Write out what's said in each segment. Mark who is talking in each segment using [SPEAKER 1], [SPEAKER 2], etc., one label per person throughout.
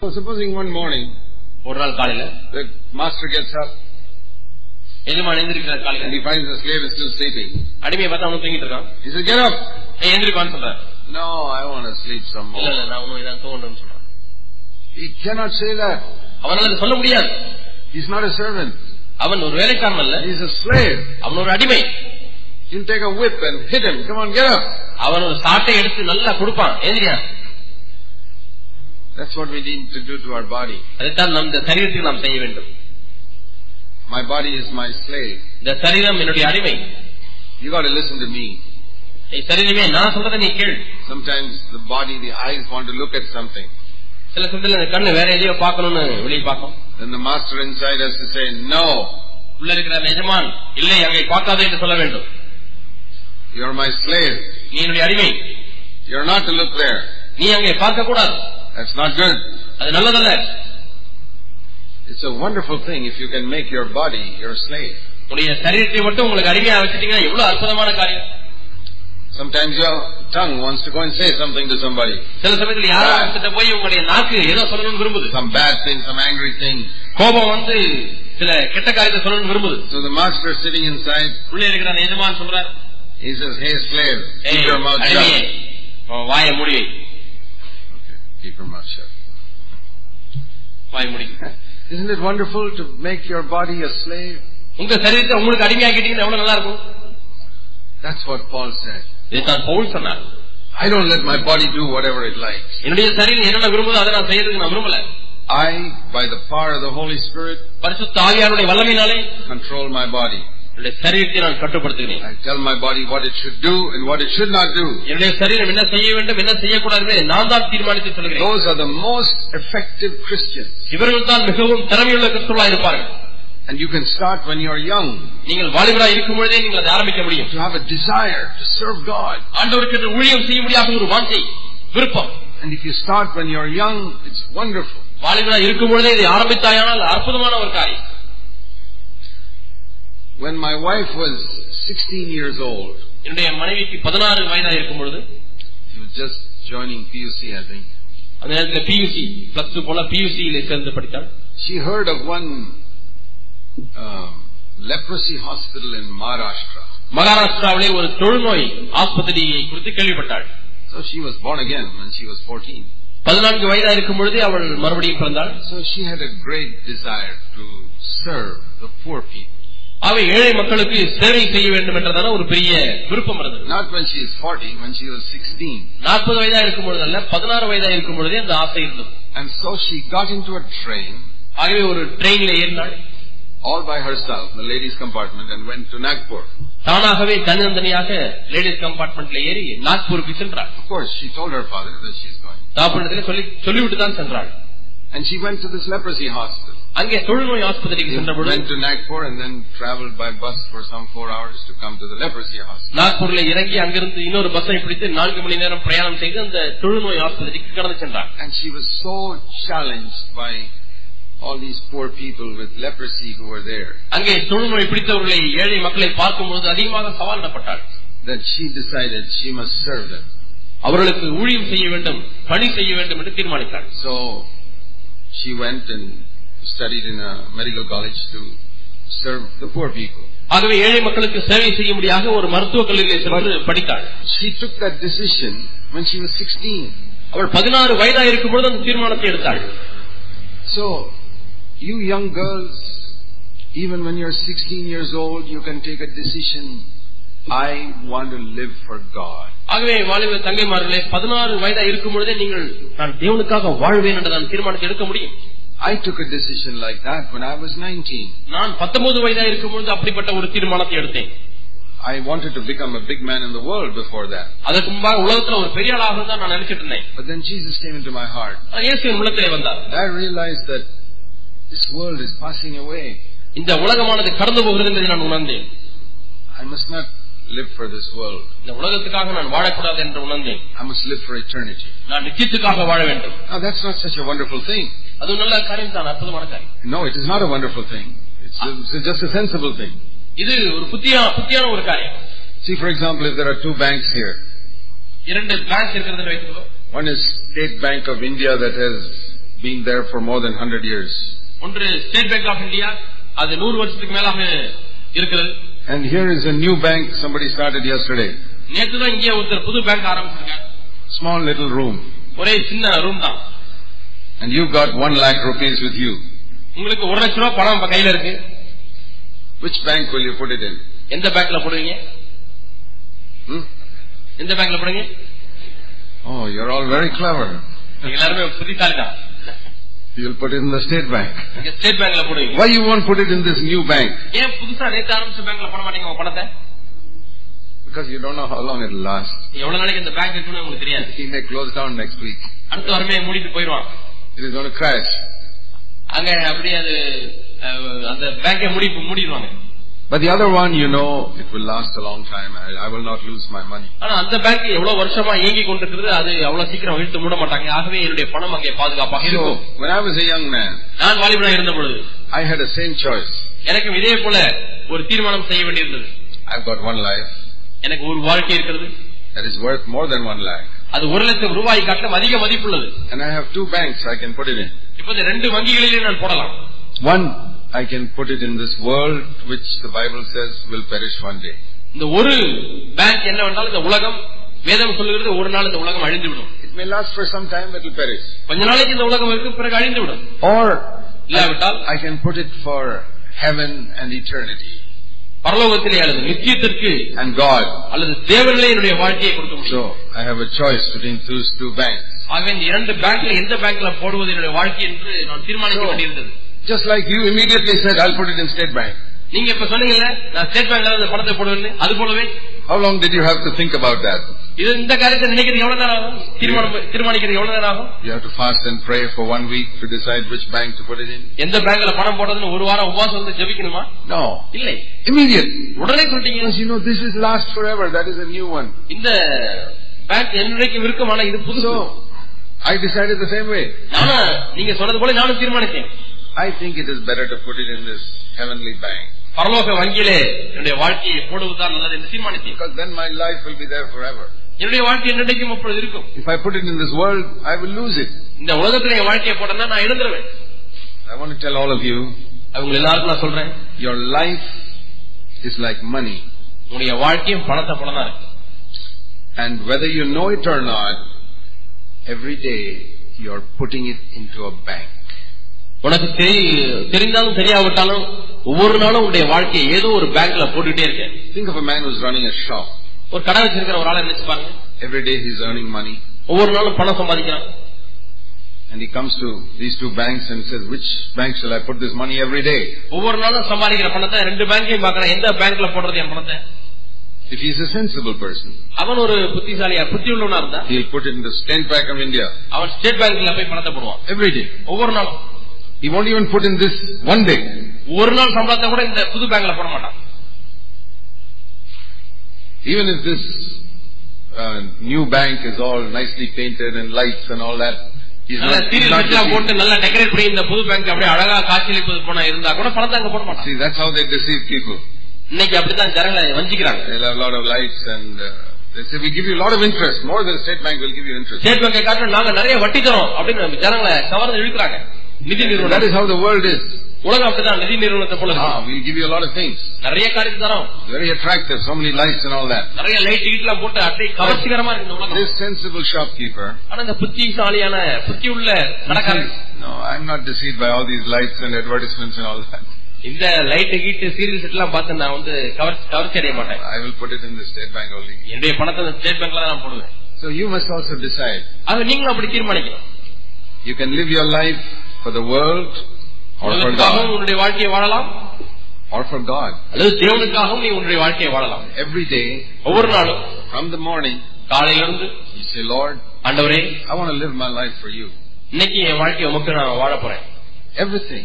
[SPEAKER 1] So supposing one morning,
[SPEAKER 2] ஒரு நாள் காலையில
[SPEAKER 1] the master gets up
[SPEAKER 2] எஜமான் எழுந்திருக்கிறார்
[SPEAKER 1] and
[SPEAKER 2] காலையில
[SPEAKER 1] he finds the slave is still sleeping.
[SPEAKER 2] அடிமையை பார்த்து அவன் தூங்கிட்டு இருக்கான்
[SPEAKER 1] He says, get up!
[SPEAKER 2] ஏய் எந்திரிப்பான்னு சொல்றாரு
[SPEAKER 1] No, I want to sleep some
[SPEAKER 2] இல்ல இல்ல
[SPEAKER 1] more.
[SPEAKER 2] நான் ஒன்னும் இதான் தூங்கணும்னு சொல்றான்
[SPEAKER 1] He cannot say that.
[SPEAKER 2] அவனால அதை சொல்ல முடியாது
[SPEAKER 1] He's not a servant.
[SPEAKER 2] அவன் ஒரு வேலைக்காரன் அல்ல
[SPEAKER 1] He's a slave.
[SPEAKER 2] அவன் ஒரு அடிமை
[SPEAKER 1] He'll take a whip and hit him. Come on, get up!
[SPEAKER 2] அவன் ஒரு சாட்டை எடுத்து நல்லா கொடுப்பான் எந்திரியா
[SPEAKER 1] That's what we need to do to our body.
[SPEAKER 2] அதைத்தான் நம் இந்த சரீரத்துக்கு நாம் செய்ய வேண்டும்
[SPEAKER 1] My body is my slave.
[SPEAKER 2] இந்த சரீரம் என்னுடைய அடிமை
[SPEAKER 1] You got to listen to me.
[SPEAKER 2] ஏய், சரீரமே நான் சொல்றதை நீ கேள்
[SPEAKER 1] Sometimes the body, the eyes want to look at something.
[SPEAKER 2] சில சமயத்துல இந்த கண்ணு வேற எதையோ பார்க்கணும்னு வெளியே பார்க்கும்
[SPEAKER 1] Then the master inside has to say, No,
[SPEAKER 2] உள்ள இருக்கிற அந்த எஜமான் இல்லை அங்கே பார்க்காதே என்று சொல்ல வேண்டும்
[SPEAKER 1] you're my slave.
[SPEAKER 2] நீ என்னுடைய அடிமை
[SPEAKER 1] You're not to look there.
[SPEAKER 2] நீ அங்கே பார்க்க கூடாது
[SPEAKER 1] That's not good.
[SPEAKER 2] அது நல்லதல்ல
[SPEAKER 1] It's a wonderful thing if you can make your body your slave.
[SPEAKER 2] உன்னுடைய சரீரத்தை மட்டும் உங்களுக்கு அடிமையா வச்சுட்டீங்கன்னா எவ்வளவு அற்புதமான காரியம்
[SPEAKER 1] Sometimes your tongue wants to go and say something to somebody.
[SPEAKER 2] சில சமயத்துல யாராவது கிட்ட போய் உங்களுடைய நாக்கு ஏதோ சொல்லணும்னு விரும்புது
[SPEAKER 1] Some bad thing, some angry thing.
[SPEAKER 2] கோபம் வந்து சில கெட்ட காரியத்தை சொல்லணும்னு விரும்புது
[SPEAKER 1] So the master sitting inside,
[SPEAKER 2] உள்ளே இருக்கிற அந்த எஜமான் சொல்றார்
[SPEAKER 1] he says, Hey slave, keep
[SPEAKER 2] "ஏய்,
[SPEAKER 1] your mouth
[SPEAKER 2] அடிமையே,
[SPEAKER 1] shut.
[SPEAKER 2] உன் வாயை மூடி வை.
[SPEAKER 1] Keep your mouth shut.
[SPEAKER 2] வாயை மூடி
[SPEAKER 1] Isn't it wonderful to make your body a slave?
[SPEAKER 2] உங்க சரீரத்தை உங்களுக்கு அடிமையாக்கிட்டீங்கன்னா எவ்வளவு நல்லா இருக்கும்
[SPEAKER 1] That's what Paul said.
[SPEAKER 2] இதுதான் பவுல் சொன்னார்
[SPEAKER 1] I don't let my body do whatever it likes.
[SPEAKER 2] என்னுடைய சரீரம் என்னென்ன விரும்புதோ அதை நான் செய்யறதுக்கு நான் விரும்பல
[SPEAKER 1] I, by the power of the Holy Spirit,
[SPEAKER 2] பரிசுத்த ஆவியாருடைய வல்லமையினாலே
[SPEAKER 1] control my body.
[SPEAKER 2] என்னுடைய சரீரத்தை நான் கட்டுப்படுத்துகிறேன்
[SPEAKER 1] I tell my body what it should do and what it should not do.
[SPEAKER 2] என்னுடைய சரீரம் என்ன செய்ய வேண்டும் என்ன செய்யக்கூடாது நான் தான் தீர்மானித்து சொல்கிறேன்
[SPEAKER 1] Those are the most effective Christians.
[SPEAKER 2] இவர்கள் தான் மிகவும் திறமையுள்ள கிறிஸ்துவா இருப்பார்கள்
[SPEAKER 1] And you can start when you're young
[SPEAKER 2] நீங்கள் வாலிபரா இருக்கும் பொழுதே நீங்கள் அதை ஆரம்பிக்க முடியும்
[SPEAKER 1] to have a desire to serve God.
[SPEAKER 2] ஆண்டவருக்கு என்று ஊழியம் செய்யும்படியாக ஒரு வாஞ்சை விருப்பம்
[SPEAKER 1] And if you start when you're young, it's wonderful.
[SPEAKER 2] வாலிபரா இருக்கும் பொழுதே இதை ஆரம்பித்தாயானால் அற்புதமான ஒரு காரியம்
[SPEAKER 1] When my wife was 16 years old,
[SPEAKER 2] என்னுடைய மனைவிக்கு பதினாறு வயதாக இருக்கும் பொழுது
[SPEAKER 1] she was just joining PUC, I think.
[SPEAKER 2] அந்த நேரத்தில் பியூசி பிளஸ் டூ போல பியூசியிலே சேர்ந்து படித்தாள்
[SPEAKER 1] She heard of one um, leprosy hospital in Maharashtra.
[SPEAKER 2] மகாராஷ்டிராவிலே ஒரு தொழுநோய் ஆஸ்பத்திரியை குறித்து கேள்விப்பட்டாள்
[SPEAKER 1] So she was born again when she was 14.
[SPEAKER 2] பதினான்கு வயதாக இருக்கும் பொழுதே அவள் மறுபடியும் பிறந்தாள்
[SPEAKER 1] So she had a great desire to serve the poor people.
[SPEAKER 2] அவை ஏழை மக்களுக்கு சேவை செய்ய வேண்டும் என்றதான ஒரு பெரிய விருப்பம் இருந்தது
[SPEAKER 1] Not when she is 40, when she was 16.
[SPEAKER 2] நாற்பது வயதா இருக்கும் பொழுது அல்ல பதினாறு வயதா இருக்கும் பொழுதே அந்த ஆசை இருந்தது
[SPEAKER 1] And so she got into a train
[SPEAKER 2] ஆகவே ஒரு ட்ரெயின்ல ஏறினாள்
[SPEAKER 1] all by herself, the ladies' compartment, and went to Nagpur.
[SPEAKER 2] தானாகவே தனித்தனியாக லேடிஸ் கம்பார்ட்மெண்ட்ல ஏறி நாக்பூருக்கு சென்றாள்
[SPEAKER 1] Of course, she told her father that she's going.
[SPEAKER 2] தாப்பனத்திலே சொல்லி சொல்லிவிட்டு தான் சென்றாள்
[SPEAKER 1] And she went to this leprosy hospital.
[SPEAKER 2] அங்கே தொழுநோய் ஆஸ்பத்திரிக்கு சென்ற பொழுது
[SPEAKER 1] Went to Nagpur and then traveled by bus for some four hours to come to the leprosy hospital.
[SPEAKER 2] நாக்பூர்ல இறங்கி அங்கிருந்து இன்னொரு பஸ்ஸை பிடித்து நான்கு மணி நேரம் பிரயாணம் செய்து அந்த தொழுநோய் ஆஸ்பத்திரிக்கு கடந்து சென்றாள்
[SPEAKER 1] And she was so challenged by all these poor people with leprosy who were there
[SPEAKER 2] அங்கே தொழுநோய் பிடித்தவர்களை ஏழை மக்களை பார்க்கும்போது அதிகமாக சவாலிடப்பட்டாள்
[SPEAKER 1] that she decided she must serve them.
[SPEAKER 2] அவர்களுக்கு ஊழியம் செய்ய வேண்டும் பணி செய்ய வேண்டும் என்று தீர்மானித்தாள்
[SPEAKER 1] So she went and studied in a medical college to serve the poor people.
[SPEAKER 2] ஆகவே ஏழை மக்களுக்கு சேவை செய்யும்படியாக ஒரு மருத்துவக் கல்லூரியிலே சென்று படித்தாள்
[SPEAKER 1] She took that decision when she was 16.
[SPEAKER 2] அவள் பதினாறு வயதா இருக்கும் பொழுது அந்த தீர்மானத்தை எடுத்தாள்
[SPEAKER 1] So, you young girls, even when you're 16 years old, you can take a decision. I want to live for God.
[SPEAKER 2] ஆகவே வாலிப தங்கைமார்களே பதினாறு வயதா இருக்கும் பொழுதே நீங்கள் நான் தேவனுக்காக வாழ்வேன் என்ற நான் தீர்மானத்தை எடுக்க முடியும்
[SPEAKER 1] I took a decision like that when I was 19.
[SPEAKER 2] நான் பத்தொன்பது வயதா இருக்கும் பொழுது அப்படிப்பட்ட ஒரு தீர்மானத்தை எடுத்தேன்
[SPEAKER 1] I wanted to become a big man in the world before that.
[SPEAKER 2] அதற்கு முன்பாக உலகத்துல ஒரு பெரிய ஆளாக தான் நான் நினைச்சிட்டு இருந்தேன்
[SPEAKER 1] But then Jesus came into my heart.
[SPEAKER 2] ஆனா இயேசுவின் உள்ளத்திலே வந்தார்
[SPEAKER 1] And I realized that this world is passing away.
[SPEAKER 2] இந்த உலகமானது கடந்து போகிறது என்பதை நான் உணர்ந்தேன்
[SPEAKER 1] I must not live for this world.
[SPEAKER 2] இந்த உலகத்துக்காக நான் வாழக்கூடாது என்று உணர்ந்தேன்
[SPEAKER 1] I must live for eternity.
[SPEAKER 2] நான் நிச்சயத்துக்காக வாழ வேண்டும்
[SPEAKER 1] Now that's not such a wonderful thing.
[SPEAKER 2] அது நல்ல காரியம் தான் அற்புதமான காரியம்
[SPEAKER 1] No, it is not a wonderful thing. It's, it's just a sensible thing.
[SPEAKER 2] இது ஒரு புத்தியா புத்தியான ஒரு காரியம்
[SPEAKER 1] See, for example, if there are two banks here,
[SPEAKER 2] இரண்டு பேங்க் இருக்கிறது வைத்துக்கோ
[SPEAKER 1] one is State Bank of India that has been there for more than 100 years.
[SPEAKER 2] ஒன்று State Bank of India அது நூறு வருஷத்துக்கு மேலாக இருக்கிறது
[SPEAKER 1] And here is a new bank somebody started yesterday.
[SPEAKER 2] நேற்று தான் இங்கே ஒருத்தர் புது பேங்க் ஆரம்பிச்சிருக்காரு
[SPEAKER 1] Small little room.
[SPEAKER 2] ஒரே சின்ன ரூம் தான்
[SPEAKER 1] And you've got 1 lakh rupees with you.
[SPEAKER 2] உங்களுக்கு ஒரு லட்ச ரூபா பணம் இப்ப கையில இருக்கு
[SPEAKER 1] Which bank will you put it in?
[SPEAKER 2] எந்த பேங்க்ல போடுவீங்க
[SPEAKER 1] Hmm?
[SPEAKER 2] எந்த பேங்க்ல போடுவீங்க
[SPEAKER 1] Oh, you're all very clever.
[SPEAKER 2] நீங்க எல்லாருமே புத்திசாலி தான்
[SPEAKER 1] You'll put it in the state bank.
[SPEAKER 2] நீங்க ஸ்டேட் பேங்க்ல போடுவீங்க
[SPEAKER 1] Why you won't put it in this new bank?
[SPEAKER 2] ஏன் புதுசா நேற்று ஆரம்பிச்ச பேங்க்ல போட மாட்டீங்க உங்க பணத்தை
[SPEAKER 1] Because you don't know how long it'll last.
[SPEAKER 2] எவ்வளவு நாளைக்கு இந்த பேங்க் இருக்குன்னு உங்களுக்கு தெரியாது
[SPEAKER 1] He may close down next week.
[SPEAKER 2] அடுத்த வாரமே மூடிட்டு போயிடுவான்
[SPEAKER 1] It is going to crash.
[SPEAKER 2] அங்க அப்படியே அது அஹ், அந்த பேங்கை மூடி மூடிடுவாங்க
[SPEAKER 1] But the other one, you know, it will last a long time. I, I will not lose my money.
[SPEAKER 2] ஆனா அந்த பேங்க் எவ்வளவு வருஷமா இயங்கி கொண்டிருக்கிறது அது அவ்வளவு சீக்கிரம் இழுத்து மூட மாட்டாங்க ஆகவே என்னுடைய பணம் அங்கே பாதுகாப்பாக
[SPEAKER 1] So,
[SPEAKER 2] இருக்கும்
[SPEAKER 1] when I was a young man,
[SPEAKER 2] நான் வாலிபனா இருந்த பொழுது
[SPEAKER 1] I had a same choice.
[SPEAKER 2] எனக்கும் இதே போல ஒரு தீர்மானம் செய்ய வேண்டியிருந்தது
[SPEAKER 1] I've got one life
[SPEAKER 2] எனக்கு ஒரு வாழ்க்கை இருக்கிறது
[SPEAKER 1] that is worth more than one lakh.
[SPEAKER 2] அது ஒரு லட்சம் ரூபாய் காட்டும் அதிக மதிப்புள்ளது
[SPEAKER 1] And I have two banks I can put it in.
[SPEAKER 2] இப்போது ரெண்டு வங்கிகளிலே நான் போடலாம்
[SPEAKER 1] One, I can put it in this world which the Bible says will perish one day.
[SPEAKER 2] இந்த ஒரு பேங்க் என்னவென்றால் இந்த உலகம் வேதம் சொல்லுகிறது ஒரு நாள் இந்த உலகம் அழிந்து விடும்
[SPEAKER 1] It may last for some time, it will perish.
[SPEAKER 2] கொஞ்ச நாளைக்கு இந்த உலகம் இருக்கு பிறகு அழிந்து விடும்
[SPEAKER 1] Or,
[SPEAKER 2] இல்லாவிட்டால்
[SPEAKER 1] I can put it for heaven and eternity
[SPEAKER 2] பரலோகத்திலே அல்லது நித்தியத்திற்கு
[SPEAKER 1] and God.
[SPEAKER 2] அல்லது தேவனிலே என்னுடைய வாழ்க்கையை கொடுக்க முடியும்
[SPEAKER 1] So, I have a choice between those two banks.
[SPEAKER 2] ஆகவே இந்த இரண்டு பேங்க்ல எந்த பேங்க்ல போடுவது என்னுடைய வாழ்க்கை என்று நான் தீர்மானிக்க
[SPEAKER 1] So,
[SPEAKER 2] வேண்டியிருந்தது
[SPEAKER 1] just like you immediately said, I'll put it in State Bank.
[SPEAKER 2] நீங்க இப்ப சொன்னீங்கல்ல நான் ஸ்டேட் பேங்க்ல இந்த பணத்தை போடுவேன் அது போலவே
[SPEAKER 1] How long did you have to think about that?
[SPEAKER 2] இது இந்த காரியத்தை நினைக்கிறது எவ்வளவு நேரம் ஆகும் தீர்மானம் தீர்மானிக்கிறது எவ்வளவு நேரம் ஆகும்
[SPEAKER 1] You have to fast and pray for one week to decide which bank to put it in?
[SPEAKER 2] எந்த பேங்க்ல பணம் போடுறதுன்னு ஒரு வாரம் உபவாசம் வந்து ஜெபிக்கணுமா
[SPEAKER 1] No.
[SPEAKER 2] இல்லை
[SPEAKER 1] Immediate.
[SPEAKER 2] உடனே சொல்லிட்டீங்க
[SPEAKER 1] Because you know, this is last forever. That is a new one.
[SPEAKER 2] இந்த பேங்க் என்னுடைக்கும் இருக்கும் ஆனா இது புதுசு
[SPEAKER 1] So, I decided the same way.
[SPEAKER 2] நானும் நீங்க சொன்னது போல நானும் தீர்மானிச்சேன்
[SPEAKER 1] I think it is better to put it in this heavenly bank.
[SPEAKER 2] பரலோக வங்கியிலே என்னுடைய வாழ்க்கையை போடுவதுதான் நல்லது என்று தீர்மானித்தேன்
[SPEAKER 1] Because then my life will be there forever.
[SPEAKER 2] என்னுடைய வாழ்க்கை என்னுடைக்கும் அப்பொழுது இருக்கும்
[SPEAKER 1] If I put it in this world, I will lose it.
[SPEAKER 2] இந்த உலகத்துல என் வாழ்க்கையை போட்டேன்னா நான் எழுந்துருவேன்
[SPEAKER 1] I want to tell all of you,
[SPEAKER 2] அவங்க எல்லாருக்கும் நான் சொல்றேன்
[SPEAKER 1] your life is like money.
[SPEAKER 2] உங்களுடைய வாழ்க்கையும் பணத்தை போலதான் இருக்கு
[SPEAKER 1] And whether you know it or not, every day you're putting it into a bank.
[SPEAKER 2] உனக்கு தெரி- தெரிந்தாலும் தெரியாவிட்டாலும் ஒவ்வொரு நாளும் உன்னுடைய வாழ்க்கையை ஏதோ ஒரு பேங்க்ல போட்டுட்டே இருக்கேன்
[SPEAKER 1] Think of a man who's running a shop.
[SPEAKER 2] ஒரு கடை வச்சிருக்கிற ஒரு ஆளை நினைச்சு பாருங்க
[SPEAKER 1] Every day he's earning money.
[SPEAKER 2] ஒவ்வொரு நாளும் பணம் சம்பாதிக்கிறான்
[SPEAKER 1] And he comes to these two banks and says, which bank shall I put this money every day?
[SPEAKER 2] ஒவ்வொரு நாளும் சம்பாதிக்கிற பணத்தை ரெண்டு பேங்கையும் பார்க்கறேன் எந்த பேங்க்ல போடுறது என் பணத்தை
[SPEAKER 1] If he's a sensible person,
[SPEAKER 2] அவன் ஒரு புத்திசாலியா புத்தி உள்ளவனா இருந்தா
[SPEAKER 1] he'll put it in the state bank of India
[SPEAKER 2] அவன் ஸ்டேட் பேங்க்ல போய் பணத்தை போடுவான்
[SPEAKER 1] every day.
[SPEAKER 2] ஒவ்வொரு நாளும்
[SPEAKER 1] He won't even put in this one day.
[SPEAKER 2] ஒரு நாள் சம்பளத்தை கூட இந்த புது பேங்க்ல போட மாட்டான்
[SPEAKER 1] Even if this uh, new bank is all nicely painted and lights and all that, he's
[SPEAKER 2] நல்லா
[SPEAKER 1] not, he's not
[SPEAKER 2] serial
[SPEAKER 1] deceived.
[SPEAKER 2] போட்டு நல்லா டெக்கரேட் பண்ணி இந்த புது பேங்க் அப்படியே அழகா காட்சியளிப்பது போனா இருந்தா கூட பணத்தை அங்க போட மாட்டான்
[SPEAKER 1] See, that's how they deceive people.
[SPEAKER 2] இன்னைக்கு அப்படித்தான் ஜனங்களை வஞ்சிக்கிறாங்க
[SPEAKER 1] They'll have a lot of lights and uh, they say, we give you a lot of interest. More than state bank will give you interest.
[SPEAKER 2] State பேங்கை காட்டிலும் நாங்க நிறைய வட்டி தரோம் அப்படின்னு நம்ம ஜனங்களை கவர்ந்து இழுக்கிறாங்க நிதி
[SPEAKER 1] That is
[SPEAKER 2] நிறுவனம்
[SPEAKER 1] how the world is.
[SPEAKER 2] உலகம் அப்படிதான் நிதி நிறுவனத்தை போல இருக்கு.
[SPEAKER 1] Ah, we'll give you a lot of things.
[SPEAKER 2] நிறைய காரியத்தை தரோம்
[SPEAKER 1] Very attractive, so many lights and all that.
[SPEAKER 2] நிறைய லைட் டிக்கெட் எல்லாம் போட்டு அப்படியே கவர்ச்சிகரமா இருக்கு இந்த உலகம்
[SPEAKER 1] This sensible shopkeeper,
[SPEAKER 2] ஆனா இந்த புத்திசாலியான புத்தி உள்ள
[SPEAKER 1] he
[SPEAKER 2] கடைக்காரன்
[SPEAKER 1] says, no, I'm not deceived by all these lights and advertisements and all that.
[SPEAKER 2] இந்த லைட் கீட்டு சீரியல் செட் எல்லாம் பார்த்து நான் வந்து கவர் கவர்ச்சி அடைய மாட்டேன்
[SPEAKER 1] I will put it in the state bank only.
[SPEAKER 2] என்னுடைய பணத்தை அந்த ஸ்டேட் பேங்க்ல தான் நான் போடுவேன்
[SPEAKER 1] So you must also decide.
[SPEAKER 2] அது நீங்களும் அப்படி தீர்மானிக்கணும்
[SPEAKER 1] You can live your life for the world or for
[SPEAKER 2] உலகத்துக்காகவும்
[SPEAKER 1] God.
[SPEAKER 2] உன்னுடைய வாழ்க்கையை வாழலாம்
[SPEAKER 1] Or for God.
[SPEAKER 2] அல்லது தேவனுக்காகவும் நீ உன்னுடைய வாழ்க்கையை வாழலாம்
[SPEAKER 1] Every day,
[SPEAKER 2] ஒவ்வொரு நாளும்
[SPEAKER 1] from the morning,
[SPEAKER 2] காலையிலிருந்து
[SPEAKER 1] you say, Lord,
[SPEAKER 2] ஆண்டவரே
[SPEAKER 1] I want to live my life for you.
[SPEAKER 2] இன்னைக்கு என் வாழ்க்கையை உமக்கு நான் வாழ போறேன்
[SPEAKER 1] Everything.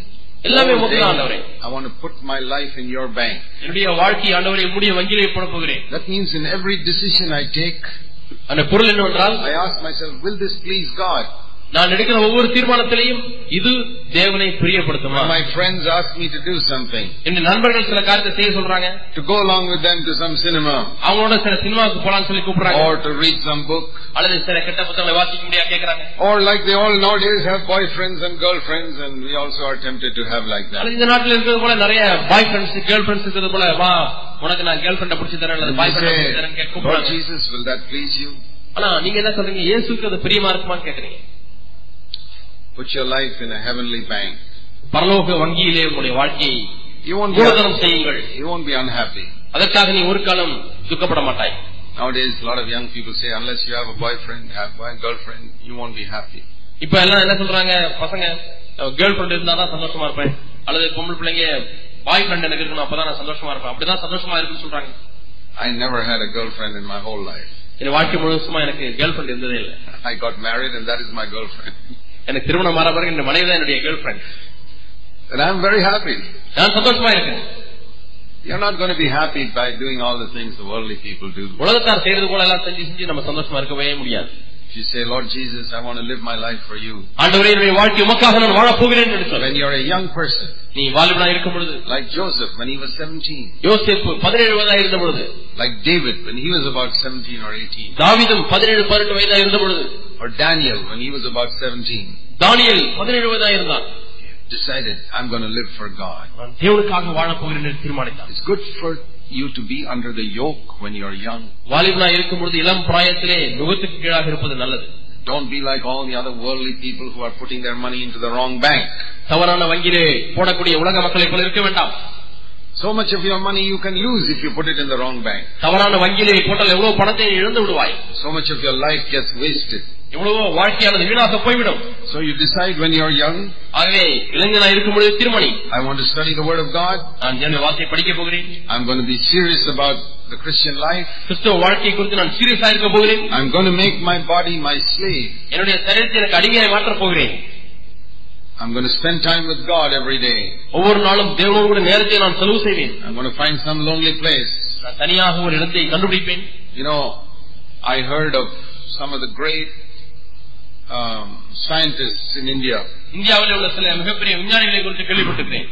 [SPEAKER 2] எல்லாமே
[SPEAKER 1] All
[SPEAKER 2] உமக்கு
[SPEAKER 1] day,
[SPEAKER 2] தான் ஆண்டவரே
[SPEAKER 1] I want to put my life in your bank.
[SPEAKER 2] என்னுடைய வாழ்க்கையை ஆண்டவரே முடிய வங்கியிலே போட போகிறேன்
[SPEAKER 1] That means in every decision I take,
[SPEAKER 2] அந்த பொருள் என்னவென்றால்
[SPEAKER 1] I ask myself, will this please God?
[SPEAKER 2] நான் எடுக்கிற ஒவ்வொரு தீர்மானத்திலையும் இது தேவனை பிரியப்படுத்துமா
[SPEAKER 1] When my friends ask me to do something,
[SPEAKER 2] என்னுடைய நண்பர்கள் சில காரியத்தை செய்ய சொல்றாங்க
[SPEAKER 1] to go along with them to some cinema,
[SPEAKER 2] அவங்களோட சில சினிமாவுக்கு போலாம்னு சொல்லி கூப்பிடுறாங்க
[SPEAKER 1] or to read some book,
[SPEAKER 2] அல்லது சில கெட்ட புத்தகங்களை வாசிக்க முடியா கேக்குறாங்க
[SPEAKER 1] or like they all nowadays have boyfriends and girlfriends, and we also are tempted to have like that.
[SPEAKER 2] அல்லது இந்த நாட்டுல இருக்கிறது போல நிறைய பாய் ஃப்ரெண்ட்ஸ் கேர்ள் ஃப்ரெண்ட்ஸ் இருக்கிறது போல வா உனக்கு நான் கேர்ள் ஃப்ரெண்ட பிடிச்சி தரேன் அல்லது பாய்
[SPEAKER 1] You
[SPEAKER 2] ஃப்ரெண்ட் பிடிச்சி தரேன்
[SPEAKER 1] say,
[SPEAKER 2] கேட்க
[SPEAKER 1] Lord
[SPEAKER 2] கூப்பிடுறாங்க
[SPEAKER 1] Jesus, will that please you?
[SPEAKER 2] ஆனா நீங்க என்ன சொல்றீங்க இயேசுக்கு அது பிரியமா இருக்குமான்னு கேக்குறீங்க
[SPEAKER 1] Put your life in a heavenly bank.
[SPEAKER 2] பரலோக வங்கியிலே உங்களுடைய வாழ்க்கையை
[SPEAKER 1] You won't
[SPEAKER 2] மூலதனம்
[SPEAKER 1] be,
[SPEAKER 2] செய்யுங்கள்
[SPEAKER 1] you won't be unhappy.
[SPEAKER 2] அதற்காக நீ ஒரு காலம் துக்கப்பட மாட்டாய்
[SPEAKER 1] Nowadays, a lot of young people say, unless you have a boyfriend, have a girlfriend, you won't be happy.
[SPEAKER 2] இப்ப எல்லாம் என்ன சொல்றாங்க பசங்க கேர்ள் ஃப்ரெண்ட் இருந்தா தான் சந்தோஷமா இருப்பேன் அல்லது பொம்பளை பிள்ளைங்க பாய் ஃப்ரெண்ட் எனக்கு இருக்கணும் அப்பதான் நான் சந்தோஷமா இருப்பேன் அப்படிதான் சந்தோஷமா இருக்குன்னு சொல்றாங்க
[SPEAKER 1] I never had a girlfriend in my whole life.
[SPEAKER 2] என் வாழ்க்கை முழுசுமா எனக்கு கேர்ள் ஃப்ரெண்ட் இருந்ததே இல்லை
[SPEAKER 1] I got married and that is my girlfriend.
[SPEAKER 2] எனக்கு திருமணம் ஆன பிறகு இந்த மனைவி தான் என்னுடைய girl friend
[SPEAKER 1] And I'm very happy.
[SPEAKER 2] நான் சந்தோஷமா இருக்கேன்
[SPEAKER 1] You're not going to be happy by doing all the things the worldly people do.
[SPEAKER 2] உலகத்தார் செய்யறது போல எல்லாம் செஞ்சு செஞ்சு நம்ம சந்தோஷமா இருக்கவே முடியாது
[SPEAKER 1] If you say, Lord Jesus, I want to live my life for you.
[SPEAKER 2] ஆண்டவரே என்னுடைய வாழ்க்கை உமக்காக நான் வாழப் போகிறேன் என்று
[SPEAKER 1] When
[SPEAKER 2] சொல்.
[SPEAKER 1] you're a young person,
[SPEAKER 2] நீ வாலிபனா இருக்கும் பொழுது
[SPEAKER 1] like Joseph when he was 17,
[SPEAKER 2] யோசேப்பு பதினேழு வயதா இருந்த பொழுது
[SPEAKER 1] like David when he was about 17 or 18,
[SPEAKER 2] தாவிதம் பதினேழு பதினெட்டு வயதா இருந்த பொழுது
[SPEAKER 1] or Daniel when he was about 17,
[SPEAKER 2] Daniel பதினேழு வயதா இருந்தான்
[SPEAKER 1] decided, I'm going to live for God.
[SPEAKER 2] நான் தேவனுக்காக வாழப் போகிறேன் என்று தீர்மானித்தான்
[SPEAKER 1] It's good for you to be under the yoke when you're young.
[SPEAKER 2] வாலிபனா இருக்கும் பொழுது இளம் பிராயத்திலே நுகத்துக்கு கீழாக இருப்பது நல்லது
[SPEAKER 1] Don't be like all the other worldly people who are putting their money into the wrong bank.
[SPEAKER 2] தவறான வங்கியிலே போடக்கூடிய உலக மக்களை போல இருக்க வேண்டாம்
[SPEAKER 1] So much of your money you can lose if you put it in the wrong bank.
[SPEAKER 2] தவறான வங்கியிலே போட்டால் எவ்வளவு பணத்தை நீ இழந்து விடுவாய்
[SPEAKER 1] So much of your life gets wasted.
[SPEAKER 2] எவ்வளவோ வாழ்க்கையானது வீணாக போய்விடும்
[SPEAKER 1] So you decide when you're young,
[SPEAKER 2] ஆகவே இளைஞனா இருக்கும் பொழுது திருமணி
[SPEAKER 1] I want to study the Word of God.
[SPEAKER 2] நான் என்னுடைய வார்த்தையை படிக்க போகிறேன்
[SPEAKER 1] I'm going to be serious about the Christian life.
[SPEAKER 2] கிறிஸ்தவ வாழ்க்கை குறித்து நான் சீரியஸா இருக்க போகிறேன்
[SPEAKER 1] I'm going to make my body my slave.
[SPEAKER 2] என்னுடைய சரீரத்தை எனக்கு அடிமையாய் மாற்றப் போகிறேன்
[SPEAKER 1] I'm going to spend time with God every day.
[SPEAKER 2] ஒவ்வொரு நாளும் தேவனோடு கூட நேரத்தை நான் செலவு செய்வேன்
[SPEAKER 1] I'm going to find some lonely place.
[SPEAKER 2] நான் தனியாக ஒரு இடத்தை கண்டுபிடிப்பேன்
[SPEAKER 1] You know, I heard of some of the great um, scientists in India.
[SPEAKER 2] இந்தியாவில் உள்ள சில மிகப்பெரிய விஞ்ஞானிகளை குறித்து கேள்விப்பட்டிருக்கிறேன்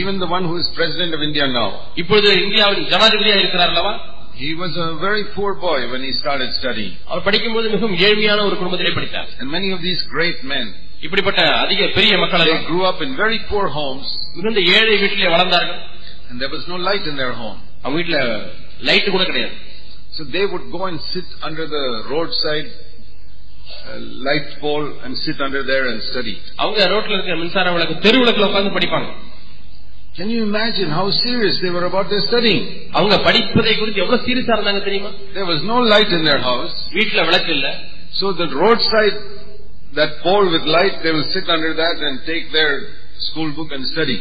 [SPEAKER 1] Even the one who is president of India now.
[SPEAKER 2] இப்பொழுது இந்தியாவின் ஜனாதிபதியா இருக்கிறார் அல்லவா
[SPEAKER 1] He was a very poor boy when he started studying.
[SPEAKER 2] அவர் படிக்கும்போது மிகவும் ஏழ்மையான ஒரு குடும்பத்திலே படித்தார்
[SPEAKER 1] And many of these great men,
[SPEAKER 2] இப்படிப்பட்ட அதிக பெரிய மக்கள்
[SPEAKER 1] they
[SPEAKER 2] எல்லாம்
[SPEAKER 1] grew up in very poor homes
[SPEAKER 2] மிகுந்த ஏழை வீட்டிலே வளர்ந்தார்கள்
[SPEAKER 1] and there was no light in their home.
[SPEAKER 2] அவங்க வீட்டுல லைட் கூட கிடையாது
[SPEAKER 1] So they would go and sit under the roadside uh, light pole and sit under there and study.
[SPEAKER 2] அவங்க ரோட்ல இருக்கிற மின்சார விளக்கு தெரு விளக்குல உட்கார்ந்து படிப்பாங்க
[SPEAKER 1] Can you imagine how serious they were about their studying?
[SPEAKER 2] அவங்க படிப்பதை குறித்து எவ்வளவு சீரியஸா இருந்தாங்க தெரியுமா
[SPEAKER 1] There was no light in their house,
[SPEAKER 2] வீட்டுல விளக்கு இல்ல
[SPEAKER 1] so the roadside, that pole with light, they will sit under that and take their school book and study.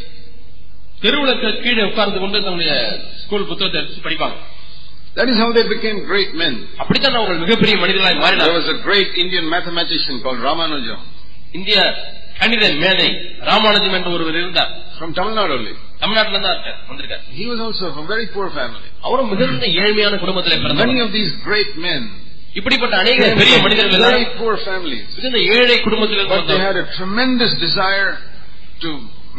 [SPEAKER 2] தெருவிளக்கு கீழே உட்கார்ந்து கொண்டு தன்னுடைய ஸ்கூல் புத்தகத்தை எடுத்து படிப்பாங்க
[SPEAKER 1] That is how they became great men.
[SPEAKER 2] அப்படித்தான் அவங்க மிகப்பெரிய மனிதர்களாய்
[SPEAKER 1] There
[SPEAKER 2] மாறினார்
[SPEAKER 1] was a great Indian mathematician called Ramanuja
[SPEAKER 2] இந்திய கணித மேதை ராமானுஜம் என்ற ஒருவர் இருந்தார்
[SPEAKER 1] from Tamil Nadu only.
[SPEAKER 2] தமிழ்நாட்டில தான் இருக்கார் வந்திருக்கார்
[SPEAKER 1] He was also from very poor family.
[SPEAKER 2] அவரும் மிகுந்த ஏழ்மையான குடும்பத்திலே
[SPEAKER 1] Many
[SPEAKER 2] பிறந்தவர்
[SPEAKER 1] of these great men
[SPEAKER 2] இப்படிப்பட்ட
[SPEAKER 1] came
[SPEAKER 2] அநேக
[SPEAKER 1] from
[SPEAKER 2] பெரிய மனிதர்கள்
[SPEAKER 1] very
[SPEAKER 2] எல்லாம்
[SPEAKER 1] poor families.
[SPEAKER 2] மிகுந்த ஏழை குடும்பத்தில்
[SPEAKER 1] But they
[SPEAKER 2] பிறந்தவர்.
[SPEAKER 1] had a tremendous desire to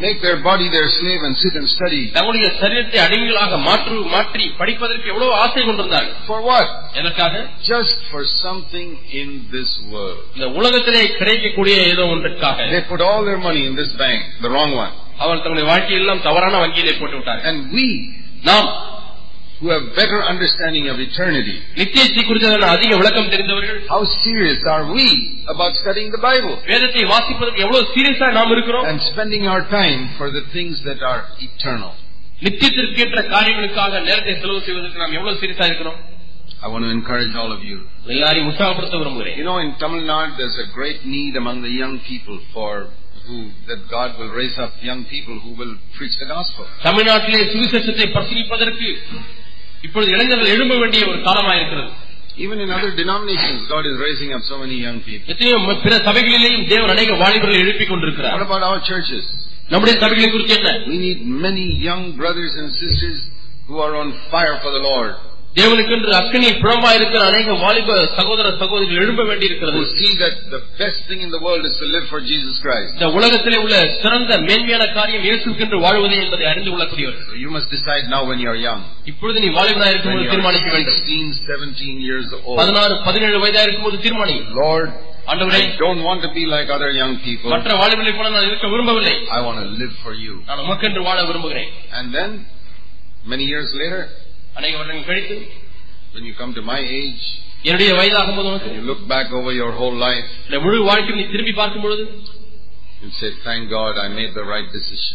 [SPEAKER 1] make their body their slave and sit and study.
[SPEAKER 2] தங்களுடைய சரீரத்தை அடிமைகளாக மாற்று மாற்றி படிப்பதற்கு எவ்வளவு ஆசை கொண்டிருந்தார்கள்
[SPEAKER 1] For what?
[SPEAKER 2] எதற்காக
[SPEAKER 1] Just for something in this world.
[SPEAKER 2] இந்த உலகத்திலே கிடைக்கக்கூடிய ஏதோ ஒன்றிற்காக
[SPEAKER 1] They put all their money in this bank, the wrong one.
[SPEAKER 2] அவர் தங்களுடைய வாழ்க்கையெல்லாம் தவறான வங்கியிலே போட்டு விட்டார்கள்
[SPEAKER 1] And we,
[SPEAKER 2] நாம்
[SPEAKER 1] who have better understanding of eternity,
[SPEAKER 2] நித்தியத்தை குறித்ததான அதிக விளக்கம் தெரிந்தவர்கள்
[SPEAKER 1] how serious are we about studying the Bible
[SPEAKER 2] வேதத்தை வாசிப்பதற்கு எவ்வளவு சீரியஸா நாம் இருக்கிறோம்
[SPEAKER 1] and spending our time for the things that are eternal?
[SPEAKER 2] நித்தியத்திற்கேற்ற காரியங்களுக்காக நேரத்தை செலவு செய்வதற்கு நாம் எவ்வளவு சீரியஸா இருக்கிறோம்
[SPEAKER 1] I want to encourage all of you.
[SPEAKER 2] எல்லாரையும் உற்சாகப்படுத்த விரும்புகிறேன்
[SPEAKER 1] You know, in Tamil Nadu, there's a great need among the young people for who that God will raise up young people who will preach the gospel.
[SPEAKER 2] தமிழ்நாட்டிலே சுவிசேஷத்தை பிரசரிப்பதற்கு இப்பொழுது இளைஞர்கள் எழும்ப வேண்டிய ஒரு காலமாயிருக்கிறது
[SPEAKER 1] Even in other denominations, God is raising up so many young people.
[SPEAKER 2] எத்தனையோ ம- பிற சபைகளிலேயும் தேவன் அநேக வாலிபர்களை எழுப்பிக் கொண்டிருக்கிறார்
[SPEAKER 1] What about our churches?
[SPEAKER 2] நம்முடைய சபைகளை குறித்து என்ன
[SPEAKER 1] We need many young brothers and sisters who are on fire for the Lord.
[SPEAKER 2] தேவனுக்கென்று அக்கினி புறமா இருக்கிற அநேக வாலிப சகோதர சகோதரிகள் எழும்ப வேண்டி
[SPEAKER 1] who
[SPEAKER 2] இருக்கிறது
[SPEAKER 1] see that the best thing in the world is to live for Jesus Christ.
[SPEAKER 2] இந்த உலகத்திலே உள்ள சிறந்த மேன்மையான காரியம் இயேசுக்கென்று வாழ்வதே என்பதை அறிந்து கொள்ளக்கூடியவர்கள்
[SPEAKER 1] So you must decide now when you're young.
[SPEAKER 2] இப்பொழுது நீ வாலிபனா
[SPEAKER 1] When
[SPEAKER 2] இருக்கும்போது
[SPEAKER 1] you're
[SPEAKER 2] தீர்மானிக்க வேண்டும்
[SPEAKER 1] 16, 17 years old.
[SPEAKER 2] பதினாறு பதினேழு வயதா இருக்கும்போது தீர்மானிக்கும்
[SPEAKER 1] Lord,
[SPEAKER 2] ஆண்டவரே
[SPEAKER 1] I don't want to be like other young people.
[SPEAKER 2] மற்ற வாலிபர்களை போல நான் இருக்க விரும்பவில்லை
[SPEAKER 1] I want to live for you.
[SPEAKER 2] நான் உமக்கென்று வாழ விரும்புகிறேன்
[SPEAKER 1] And then, many years later,
[SPEAKER 2] அநேக வருடங்கள் கழித்து
[SPEAKER 1] when you come to my age,
[SPEAKER 2] என்னுடைய வயதாகும் போது உனக்கு
[SPEAKER 1] and you look back over your whole life,
[SPEAKER 2] இந்த முழு வாழ்க்கையில் நீ திரும்பி பார்க்கும் பொழுது
[SPEAKER 1] you say, thank God I made the right decision.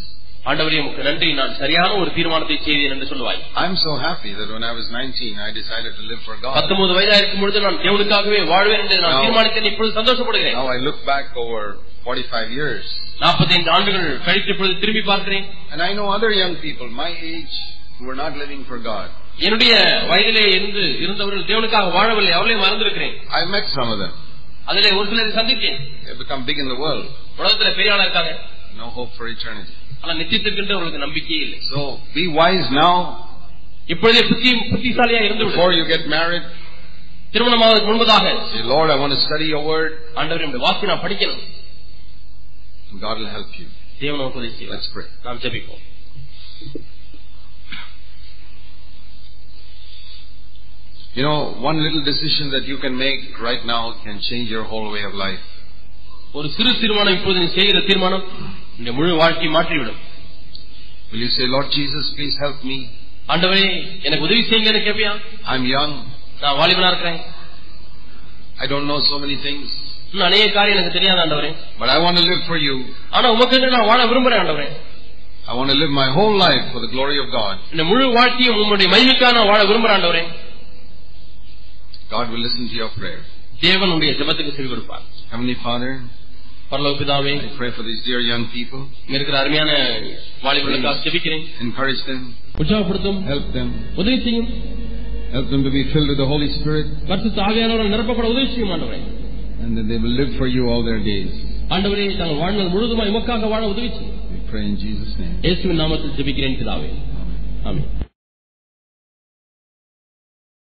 [SPEAKER 2] ஆண்டவரே உமக்கு நன்றி நான் சரியான ஒரு தீர்மானத்தை செய்தேன் என்று சொல்லுவாய்
[SPEAKER 1] I'm so happy that when I was 19, I decided to live for God.
[SPEAKER 2] பத்தொன்பது வயதா இருக்கும் பொழுது நான் தேவனுக்காகவே வாழ்வேன் என்று நான்
[SPEAKER 1] Now-
[SPEAKER 2] தீர்மானித்தேன் இப்பொழுது சந்தோஷப்படுகிறேன்
[SPEAKER 1] Now I look back over 45 years,
[SPEAKER 2] நாற்பத்தைந்து ஆண்டுகள் கழித்து இப்பொழுது திரும்பி பார்க்கிறேன்
[SPEAKER 1] and I know other young people my age who are not living for God.
[SPEAKER 2] என்னுடைய வயதிலே இருந்து இருந்தவர்கள் தேவனுக்காக வாழவில்லை அவர்களையும் மறந்திருக்கிறேன்
[SPEAKER 1] I met some of them.
[SPEAKER 2] அதிலே ஒரு சிலரை சந்தித்தேன்
[SPEAKER 1] They've become big in the world.
[SPEAKER 2] உலகத்துல பெரிய ஆளா இருக்காங்க
[SPEAKER 1] No hope for eternity.
[SPEAKER 2] ஆனா நிச்சயத்திற்கென்று அவர்களுக்கு நம்பிக்கையே இல்லை
[SPEAKER 1] So be wise now
[SPEAKER 2] இப்பொழுதே புத்தி புத்திசாலியா இருந்து விடு.
[SPEAKER 1] before you get married.
[SPEAKER 2] திருமணமாவதற்கு முன்பதாக
[SPEAKER 1] Say, Lord, I want to study your word.
[SPEAKER 2] ஆண்டவர் என்னுடைய வாக்கு நான் படிக்கணும்
[SPEAKER 1] And God will help you.
[SPEAKER 2] தேவன் நமக்கு உதவி செய்வார்
[SPEAKER 1] Let's pray.
[SPEAKER 2] நாம் ஜெபிப்போம்
[SPEAKER 1] You know, one little decision that you can make right now can change your whole way of life.
[SPEAKER 2] ஒரு சிறு தீர்மானம் இப்பொழுது நீ செய்கிற தீர்மானம் இந்த முழு வாழ்க்கையை மாற்றிவிடும்
[SPEAKER 1] Will you say, Lord Jesus, please help me?
[SPEAKER 2] ஆண்டவரே எனக்கு உதவி செய்யுங்கன்னு கேட்பியா
[SPEAKER 1] I'm young.
[SPEAKER 2] நான் வாலிபனா இருக்கிறேன்
[SPEAKER 1] I don't know so many things.
[SPEAKER 2] இன்னும் அநேக காரியம் எனக்கு தெரியாது ஆண்டவரே
[SPEAKER 1] But I want to live for you.
[SPEAKER 2] ஆனா உமக்கென்று நான் வாழ விரும்புறேன் ஆண்டவரே
[SPEAKER 1] I want to live my whole life for the glory of God.
[SPEAKER 2] இந்த முழு வாழ்க்கையும் உங்களுடைய மகிமைக்காக நான் வாழ விரும்புறேன் ஆண்டவரே
[SPEAKER 1] God will listen to your prayer.
[SPEAKER 2] தேவன் உடைய ஜெபத்துக்கு செவி கொடுப்பார்
[SPEAKER 1] Heavenly Father,
[SPEAKER 2] பரலோக பிதாவே
[SPEAKER 1] I pray for these dear young people.
[SPEAKER 2] இங்க இருக்கிற அருமையான வாலிபர்களுக்காக ஜெபிக்கிறேன்
[SPEAKER 1] Encourage them,
[SPEAKER 2] உற்சாகப்படுத்தும்
[SPEAKER 1] help them,
[SPEAKER 2] உதவி செய்யும்
[SPEAKER 1] help them to be filled with the Holy Spirit,
[SPEAKER 2] பரிசுத்த ஆவியானவரால் நிரப்பப்பட உதவி செய்யும் ஆண்டவரே
[SPEAKER 1] and that they will live for you all their days.
[SPEAKER 2] ஆண்டவரே தாங்கள் வாழ்நாள் முழுதுமா உமக்காக வாழ உதவி செய்யும்
[SPEAKER 1] We pray in Jesus' name.
[SPEAKER 2] இயேசுவின் நாமத்தில் ஜெபிக்கிறேன் பிதாவே ஆமென்